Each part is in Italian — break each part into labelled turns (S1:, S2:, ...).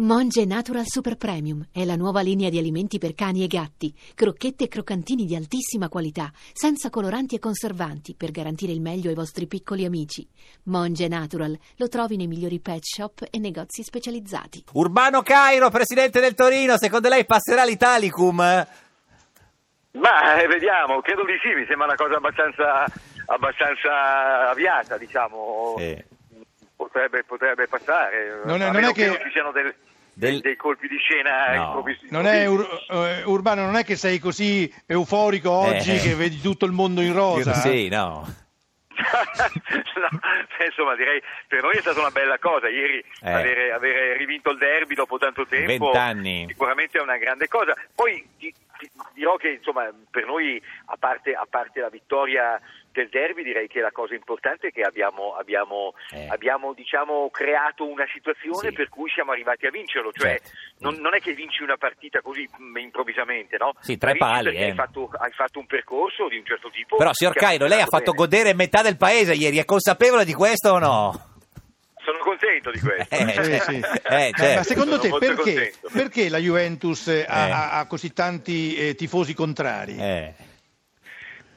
S1: Monge Natural Super Premium è la nuova linea di alimenti per cani e gatti, crocchette e croccantini di altissima qualità, senza coloranti e conservanti, per garantire il meglio ai vostri piccoli amici. Monge Natural lo trovi nei migliori pet shop e negozi specializzati.
S2: Urbano Cairo, presidente del Torino, secondo lei passerà l'Italicum?
S3: Ma eh, vediamo, credo di sì, mi sembra una cosa abbastanza, abbastanza avviata, diciamo.
S2: Sì.
S3: Potrebbe, potrebbe passare.
S4: Non è-
S3: A
S4: non
S3: meno
S4: è che-
S3: non ci siano del-
S2: Del-
S3: dei colpi di scena
S2: No.
S3: improvvisi-
S4: Non è Ur- eh, Urbano, non è che sei così euforico oggi
S2: Eh.
S4: che vedi tutto il mondo in rosa?
S2: Sì, no.
S3: No, beh, insomma, direi per noi è stata una bella cosa. Ieri
S2: Eh.
S3: avere, avere rivinto il derby dopo tanto tempo,
S2: Vent'anni.
S3: sicuramente è una grande cosa. Poi ti- ti dirò che insomma, per noi, a parte, a parte la vittoria del derby, direi che la cosa importante è che abbiamo, abbiamo,
S2: Eh.
S3: abbiamo, diciamo, creato una situazione
S2: Sì.
S3: per cui siamo arrivati a vincerlo. Cioè,
S2: Certo.
S3: non, non è che vinci una partita così mh, improvvisamente, no?
S2: Sì, tre
S3: La vinci
S2: pali,
S3: perché
S2: eh.
S3: Hai fatto, hai fatto un percorso di un certo tipo.
S2: Però, signor
S3: che ha
S2: Cairo, lei ha
S3: funzionato
S2: fatto
S3: bene.
S2: godere metà del paese ieri, è consapevole di questo o no?
S3: Sono contento di questo.
S2: Eh,
S4: Sì, sì.
S2: Eh,
S4: Ma-
S2: certo.
S4: Ma secondo
S3: Sono
S4: te
S3: molto
S4: perché,
S3: contento.
S4: perché la Juventus eh, ha,
S2: Eh.
S4: ha- ha così tanti eh, tifosi contrari?
S2: Eh,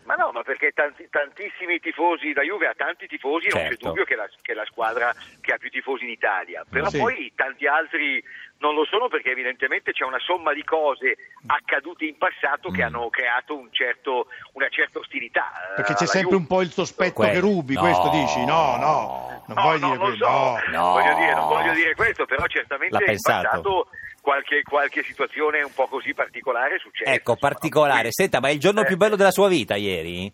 S3: Ma no, ma perché tanti- tantissimi tifosi da Juve, ha tanti tifosi, non
S2: Certo.
S3: c'è dubbio che è la, che è la squadra che ha più tifosi in Italia, però
S4: Sì.
S3: poi tanti altri non lo sono perché evidentemente c'è una somma di cose accadute in passato che
S2: Mm.
S3: hanno creato un certo- una certa ostilità. eh,
S4: Perché c'è
S3: alla
S4: sempre
S3: Juve.
S4: un po' il sospetto
S2: Quello.
S4: che rubi,
S2: No.
S4: questo dici? No, no, non
S3: No,
S4: vuoi
S3: no,
S4: dire
S3: non
S4: quello,
S3: so,
S4: no.
S2: No.
S3: Voglio dire, non voglio dire questo, però certamente
S2: L'ha
S3: in
S2: pensato.
S3: passato qualche, qualche situazione un po' così particolare è successa.
S2: Ecco,
S3: insomma,
S2: particolare.
S3: quindi-
S2: Senta, ma è il giorno
S3: Eh.
S2: più bello della sua vita ieri?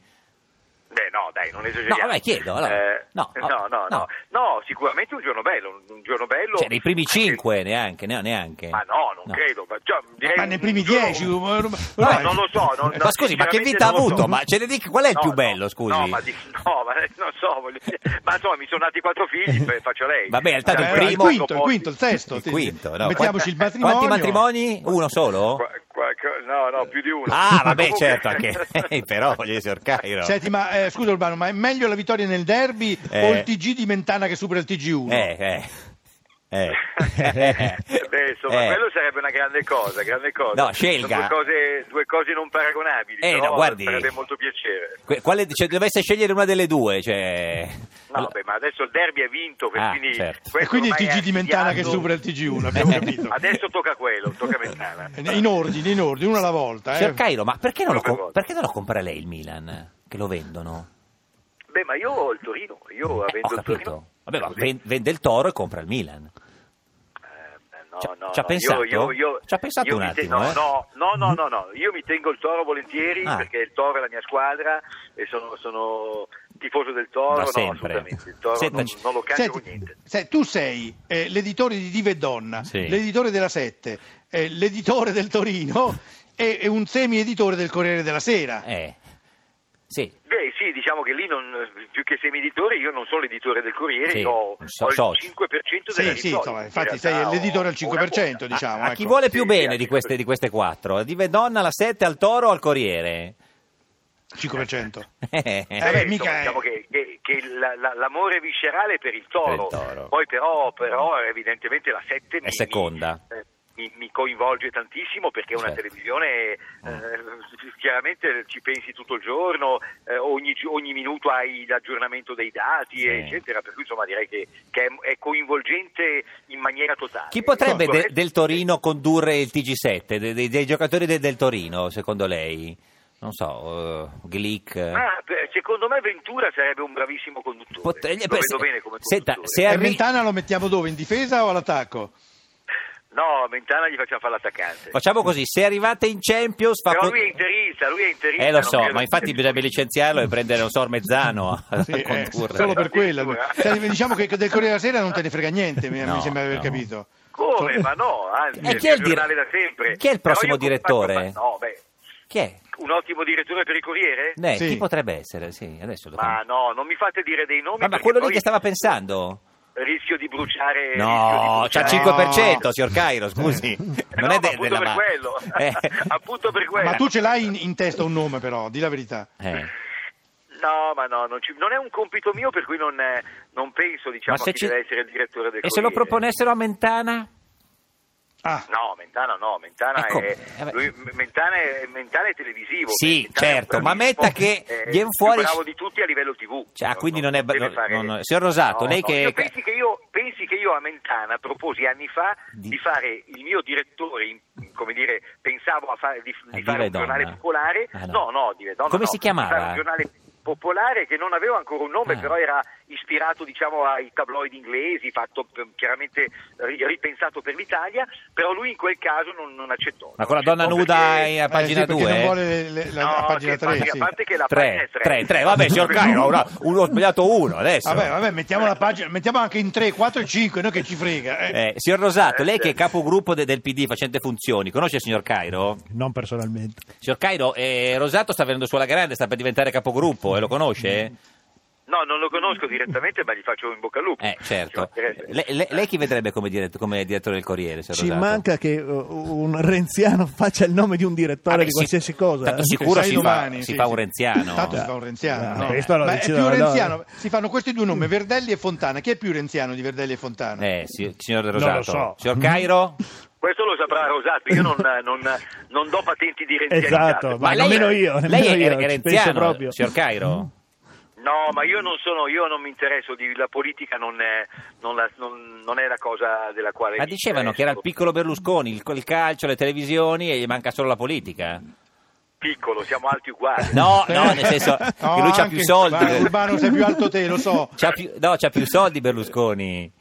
S3: Beh, no, dai, non esageriamo.
S2: No, vabbè, chiedo, allora.
S3: Eh,
S2: No,
S3: no, no, no,
S2: no.
S3: No, sicuramente un giorno bello, un giorno bello.
S2: Cioè, nei primi
S3: Anche-
S2: cinque neanche, ne- neanche.
S3: Ma no, non credo. Ma, cioè, direi
S4: Ma nei
S3: un
S4: primi
S3: giorno-
S4: dieci...
S3: No,
S4: um, vai.
S3: non lo so. non-
S2: Eh,
S3: no,
S2: ma scusi, ma che
S3: sinceramente
S2: vita ha
S3: non lo
S2: avuto?
S3: so.
S2: Ma ce ne dica qual è il
S3: No,
S2: più
S3: no,
S2: bello, scusi?
S3: No, ma, di- no, ma eh, non so, voglio dire. ma insomma mi sono nati quattro figli, poi faccio lei. Cioè,
S2: Vabbè, in realtà
S4: Eh,
S2: il
S4: allora,
S2: primo-
S4: il quinto, il quinto, il sesto.
S2: Il
S4: Ti-
S2: quinto, no.
S4: Mettiamoci il
S2: Quanti- Quanti
S4: matrimonio.
S2: matrimoni? Uno solo?
S3: Qua- qua- qua- no, no, più di uno.
S2: Ah,
S3: Ma
S2: vabbè,
S3: comunque-
S2: certo, anche... però, voglio dire, signor Cairo...
S4: Senti, ma eh, scusa Urbano, ma è meglio la vittoria nel derby
S2: Eh.
S4: o il TG di Mentana che supera il TG1?
S2: Eh, eh. Eh.
S3: Beh, insomma,
S2: Eh.
S3: quello sarebbe una grande cosa, grande cosa.
S2: No, scelga.
S3: Sono due cose, due cose non paragonabili,
S2: Eh,
S3: però
S2: no, guardi.
S3: farebbe molto piacere.
S2: Que- Quale, cioè, dovesse scegliere una delle due, cioè...
S3: No, beh, ma adesso il derby è vinto,
S2: Ah,
S3: quindi...
S2: certo.
S3: questo
S4: E quindi il
S3: ormai è
S4: TG di Mentana che
S3: archiviato.
S4: supera il TG1, abbiamo
S2: Eh.
S4: capito.
S3: Adesso tocca quello, tocca Mentana.
S4: In ordine, in ordine, una alla volta.
S2: Signor
S4: Eh.
S2: Cairo, ma perché non, lo
S3: Troppe
S2: com-
S3: volte.
S2: perché non lo compra lei il Milan? Che lo vendono?
S3: Beh, ma io ho il Torino, io
S2: Eh,
S3: avendo
S2: ho
S3: il Torino...
S2: capito. Vabbè, ma
S3: Così.
S2: ven- vende il toro e compra il Milan.
S3: Eh, No,
S2: Ci-
S3: no,
S2: ci ha
S3: no,
S2: pensato?
S3: Io, io, io,
S2: Ci ha pensato
S3: io
S2: un
S3: mi te-
S2: attimo,
S3: no,
S2: eh?
S3: no, no, no, no, no, io mi tengo il Toro volentieri
S2: Ah.
S3: perché il Toro è la mia squadra e sono, sono tifoso del Toro.
S2: Da
S3: no,
S2: sempre.
S3: assolutamente. Il Toro
S2: Senta,
S3: non,
S2: ci-
S3: non lo cambio
S4: Senti,
S3: con niente.
S4: se tu sei eh, l'editore di Dive e Donna,
S2: Sì.
S4: l'editore della Sette, eh, l'editore del Torino e, e un semi-editore del Corriere della Sera.
S2: Eh. Sì.
S3: Beh, sì, diciamo che lì non, più che semi editore, io non sono l'editore del Corriere,
S2: Sì,
S3: io ho,
S2: un so-
S3: ho il
S2: socio.
S3: 5% della
S4: Sì, sì,
S3: vittoria,
S4: insomma,
S3: in
S4: infatti
S3: realtà
S4: sei
S3: ho-
S4: l'editore al
S3: ho una
S4: 5%,
S3: quota.
S4: diciamo.
S2: a
S4: ecco.
S2: chi vuole più
S3: Sì,
S2: bene
S3: sì,
S2: di
S3: sì.
S2: queste, di queste quattro? A Dive Donna, la 7, al Toro o al Corriere?
S4: 5%.
S2: Eh,
S3: Beh,
S4: beh,
S3: insomma,
S4: mica è-
S3: diciamo che, che- che la- la- l'amore viscerale è per il toro,
S2: Per il toro.
S3: poi però, però evidentemente la 7
S2: È seconda.
S3: eh, Mi, mi coinvolge tantissimo perché è una
S2: Certo.
S3: televisione eh, chiaramente ci pensi tutto il giorno, eh, ogni, gi- ogni minuto hai l'aggiornamento dei dati,
S2: Sì.
S3: eccetera. Per cui insomma direi che, che è, è coinvolgente in maniera totale.
S2: Chi potrebbe
S3: Ecco,
S2: de- del Torino condurre il TG7? De- dei, dei giocatori de- del Torino, secondo lei? Non so, eh, Glick? eh?
S3: ah, beh, secondo me Ventura sarebbe un bravissimo conduttore.
S2: Pot- eh,
S3: Lo
S2: beh,
S3: vedo
S2: se-
S3: bene come
S2: senta,
S3: conduttore.
S2: se
S4: E
S2: arri-
S4: Mentana lo mettiamo dove? In difesa o all'attacco?
S3: No, Mentana gli facciamo fare l'attaccante.
S2: Facciamo così, se arrivate in Champions... fa
S3: Però
S2: co-
S3: lui è interista, lui è interista.
S2: Eh lo
S3: non
S2: so,
S3: credo
S2: ma
S3: che-
S2: infatti bisognerebbe licenziarlo e prendere, non so, Mezzano a, a
S4: Sì, eh,
S2: condurre.
S4: solo per quello.
S3: Addirittura.
S4: Cioè, diciamo che del Corriere della Sera non te ne frega niente, mi,
S2: No,
S4: mi sembra di aver
S2: no.
S4: capito. Cioè,
S3: Come? Ma no, anzi,
S2: Eh, chi
S3: è
S2: è
S3: il
S2: il dire-
S3: giornale da sempre.
S2: chi è il
S3: Però
S2: prossimo
S3: io
S2: direttore?
S3: compagno- ma no, beh,
S2: Chi è?
S3: un ottimo direttore per il Corriere?
S2: Eh,
S4: Sì.
S2: Chi potrebbe essere? Sì, adesso lo
S3: Ma no, non mi fate dire dei nomi.
S2: Ma, ma
S3: perché
S2: quello lì
S3: poi Eh,
S2: che stava pensando?
S3: Rischio di bruciare.
S2: No,
S3: rischio
S2: c'ha
S3: di bruciare-
S2: 5%, signor Cairo, scusi.
S3: Eh,
S2: Non è
S3: no, ma
S2: de-
S3: appunto
S2: della
S3: per
S2: ma-
S3: quello.
S2: Eh.
S3: appunto per quello.
S4: Ma tu ce l'hai in, in testa un nome, però, di la verità.
S2: Eh.
S3: No, ma no, non, ci- non è un compito mio, per cui non, non penso, diciamo,
S2: Ma se
S3: a chi
S2: ci-
S3: deve essere il direttore del
S2: E se lo
S3: Corriere.
S2: proponessero a Mentana?
S4: Ah,
S3: No, Mentana no, Mentana,
S2: Ecco,
S3: è,
S2: eh beh.
S3: lui- Mentana, è, Mentana è televisivo.
S2: Sì,
S3: Mentana è
S2: certo, ma
S3: bravissimo,
S2: metta che
S3: è
S2: vien
S3: il
S2: fuori-
S3: più bravo di tutti a livello TV.
S2: Cioè, ah, quindi non è bra-
S3: deve
S2: no, no, no. Signor Rosato, lei che-
S3: Io pensi che io pensi che io a Mentana proposi anni fa
S2: Di-
S3: di, fare il mio direttore, in- come dire, pensavo a fare, di,
S2: A
S3: di fare
S2: dire
S3: un giornale
S2: Eh, donna.
S3: popolare.
S2: Ah, no.
S3: no. no, dire donna,
S2: Come
S3: no,
S2: si chiamava?
S3: di fare Un giornale popolare che non aveva ancora un nome,
S2: Ah.
S3: però era ispirato diciamo ai tabloid inglesi, fatto eh, chiaramente ri- ripensato per l'Italia, però lui in quel caso non, non accettò.
S2: Ma
S3: Non
S2: con la donna
S3: accettò
S2: nuda
S3: perché-
S2: in- a
S4: eh, sì,
S2: pagina
S4: perché non
S2: 2?
S4: vuole le- le- la,
S3: No,
S4: la pagina
S3: che
S4: 3,
S3: pagina-
S4: sì.
S3: a parte che la pagina
S2: 3,
S3: è 3.
S2: 3, 3, vabbè, signor Cairo, una- uno ho sbagliato uno adesso.
S4: Vabbè, vabbè, mettiamo la pagina, mettiamo anche in 3, 4 e 5, noi che ci frega. eh.
S2: Eh, signor Rosato,
S3: Eh,
S2: lei che è
S3: certo.
S2: capogruppo de- del PD facente funzioni, conosce il signor Cairo?
S5: Non personalmente.
S2: Signor Cairo, eh, Rosato sta venendo sulla grande, sta per diventare capogruppo, e lo
S4: Mm.
S2: conosce?
S3: No, non lo conosco direttamente, ma gli faccio in bocca al lupo. Cioè,
S2: Eh,
S3: Ci
S2: certo.
S3: mancherebbe.
S2: Le- le- lei chi vedrebbe come, dire- come direttore del Corriere, signor
S5: Ci
S2: Rosato?
S5: manca che uh, un renziano faccia il nome di un direttore
S2: Vabbè,
S5: di
S2: sì,
S5: qualsiasi cosa.
S2: tanto
S5: eh.
S2: sì. sicuro
S4: Sai
S2: si fa-
S4: domani,
S2: si fa un renziano.
S4: Tanto si fa un renziano.
S5: Eh,
S4: no?
S5: questo lo
S4: Ma è
S5: decide
S4: più
S5: la donna.
S4: renziano. Si fanno questi due nomi, Verdelli e Fontana. Chi è più renziano di Verdelli e Fontana?
S2: Eh, si- signor
S5: lo
S2: Rosato.
S5: so.
S2: Signor Cairo?
S3: Questo lo saprà Rosato, io non, eh, non, non do patenti di renzianità.
S5: Esatto,
S2: Ma
S5: ma
S2: lei-
S5: nemmeno io,
S2: Lei
S5: nemmeno
S2: è,
S5: io,
S2: è
S5: ci
S2: renziano,
S5: penso proprio. Mm.
S2: signor Cairo?
S3: No, ma io non sono, io non mi interesso di la politica, non è, non la- non- non è la cosa della quale.
S2: Ma
S3: mi
S2: dicevano che era il
S3: interesso.
S2: piccolo Berlusconi, il, il calcio, le televisioni e gli manca solo la politica.
S3: piccolo, siamo alti uguali.
S2: No,
S4: Eh.
S2: no, nel senso
S4: No,
S2: che lui c'ha
S4: anche-
S2: più soldi. eh.
S4: guarda, Urbano, sei più alto te, lo so.
S2: C'ha più- no, c'ha più soldi Berlusconi.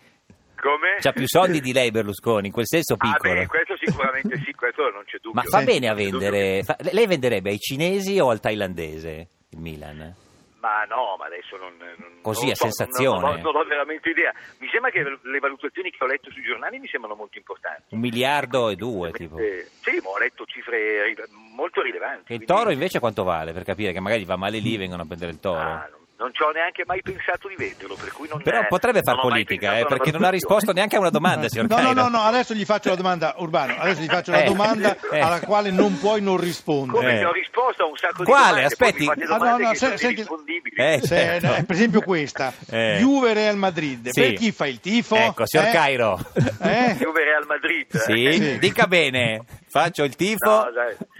S3: Come?
S2: C'ha più soldi di lei Berlusconi, in quel senso
S3: Ah,
S2: piccolo.
S3: beh, questo sicuramente sì, questo non c'è dubbio.
S2: Ma fa
S4: Sì.
S2: bene a
S3: Non c'è dubbio.
S2: vendere. fa- lei venderebbe ai cinesi o al thailandese il Milan?
S3: Ma no, ma adesso non... non-
S2: Così,
S3: non
S2: a
S3: so,
S2: sensazione.
S3: Non, non- non ho veramente idea. Mi sembra che le valutazioni che ho letto sui giornali mi sembrano molto importanti.
S2: Un miliardo e due, tipo.
S3: Eh, Sì, ma ho letto cifre ri- molto rilevanti.
S2: E il
S3: quindi-
S2: toro invece quanto vale? Per capire che magari va male
S4: Mm.
S2: lì, vengono a prendere il toro.
S3: Ah, non, non ci ho neanche mai pensato di venderlo, per cui non...
S2: Però
S3: eh,
S2: potrebbe far
S3: non ho mai
S2: politica,
S3: pensato
S2: eh,
S3: alla
S2: perché non ha risposto
S3: valutazione.
S2: neanche a una domanda, signor
S4: No, no,
S2: Cairo.
S4: no, no, adesso gli faccio la domanda, Urbano, adesso gli faccio la
S2: Eh,
S4: domanda
S2: eh.
S4: alla quale non puoi non rispondere.
S3: Come
S2: Eh.
S3: ti ho risposto a un sacco
S2: Quale?
S3: di domande.
S2: Aspetti.
S3: Poi mi fate
S4: Ah, no,
S3: domande
S4: no,
S3: che
S4: se-
S3: sono
S4: senti-
S3: irrispondibili.
S2: Eh,
S4: Se-
S2: certo.
S4: eh, per esempio questa,
S2: Eh.
S4: Juve Real Madrid,
S2: Sì.
S4: per chi fa il tifo?
S2: Ecco, signor
S4: Eh?
S2: Cairo.
S4: Eh?
S3: Juve Real Madrid.
S2: Sì?
S4: Sì.
S2: dica bene. Faccio il tifo.
S3: No,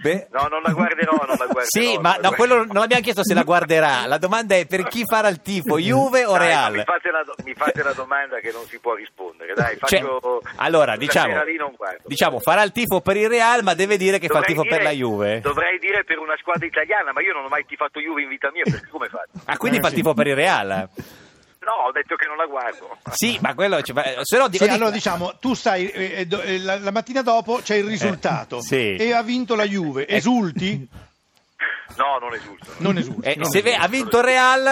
S3: dai. No, non la guarderò, non la guarderò,
S2: Sì,
S3: non
S2: ma
S3: la
S2: no,
S3: guarderò.
S2: quello non abbiamo chiesto se la guarderà. La domanda è per chi farà il tifo, Juve o
S3: Dai,
S2: Real?
S3: ma Mi fate, la, do- mi fate la domanda che non si può rispondere. Dai,
S2: Cioè,
S3: faccio,
S2: allora,
S3: la
S2: diciamo,
S3: sera lì non guardo.
S2: diciamo, farà il tifo per il Real, ma deve dire che fa il
S3: Dovrei
S2: tifo per
S3: dire-
S2: la Juve.
S3: Dovrei dire per una squadra italiana, ma io non ho mai tifato Juve in vita mia, perché come faccio?
S2: Ah,
S4: Eh,
S2: quindi fa il tifo per il Real?
S3: No, ho detto che non la guardo.
S2: Sì, ma quello. cioè, ma- se no, di-
S4: Sì,
S2: di-
S4: allora diciamo, tu sai, eh, eh, do- eh, la, la mattina dopo c'è il risultato
S2: sì. Eh.
S4: e ha vinto la Juve, esulti?
S3: No, non esulto.
S4: Non esulti.
S2: eh,
S4: no.
S2: se ve- ha vinto il Real,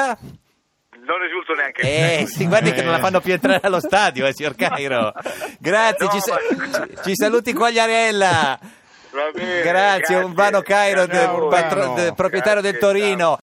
S3: Non esulto neanche
S2: eh, sì, guardi che non la fanno più entrare allo stadio, eh, signor Cairo. Grazie,
S3: No,
S2: ci, sa-
S3: ma-
S2: ci- ci saluti Quagliarella.
S3: Va bene,
S2: Grazie, Urbano Cairo,
S3: Eh, Grazie a
S2: de-
S4: Urbano.
S3: voi.
S2: patro- de- proprietario del
S3: Grazie,
S2: Torino.